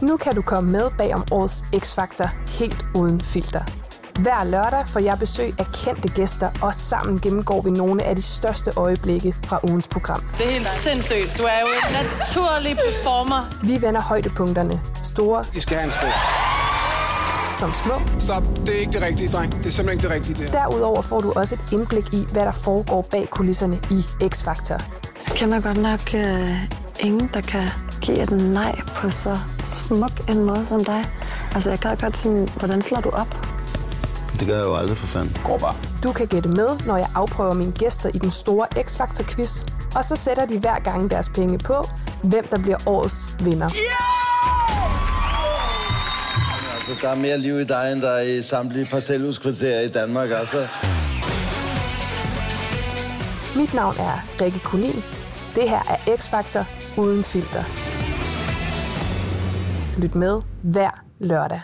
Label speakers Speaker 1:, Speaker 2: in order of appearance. Speaker 1: Nu kan du komme med bag om årets X-Factor helt uden filter. Hver lørdag får jeg besøg af kendte gæster, og sammen gennemgår vi nogle af de største øjeblikke fra ugens program.
Speaker 2: Det er helt sindssygt. Du er jo en naturlig performer.
Speaker 1: Vi vender højdepunkterne, store
Speaker 3: I skal have en stor.
Speaker 1: som små.
Speaker 3: Stop, det er ikke det rigtige, dreng. Det er simpelthen ikke det rigtige, det her.
Speaker 1: Derudover får du også et indblik i, hvad der foregår bag kulisserne i X-Factor.
Speaker 4: Jeg kender godt nok øh, ingen, der kan give et nej på så smuk en måde som dig. Altså, jeg gad godt sådan, hvordan slår du op?
Speaker 5: Det gør jeg jo aldrig for fanden.
Speaker 3: går bare.
Speaker 1: Du kan gætte med, når jeg afprøver mine gæster i den store X-Factor-quiz, og så sætter de hver gang deres penge på, hvem der bliver årets vinder.
Speaker 5: Altså, der er mere liv i dig, end der er i samtlige parcelhuskvarterer i Danmark, altså.
Speaker 1: Mit navn er Rikke Kulin. Det her er X-Factor uden filter. Lyt med hver lørdag.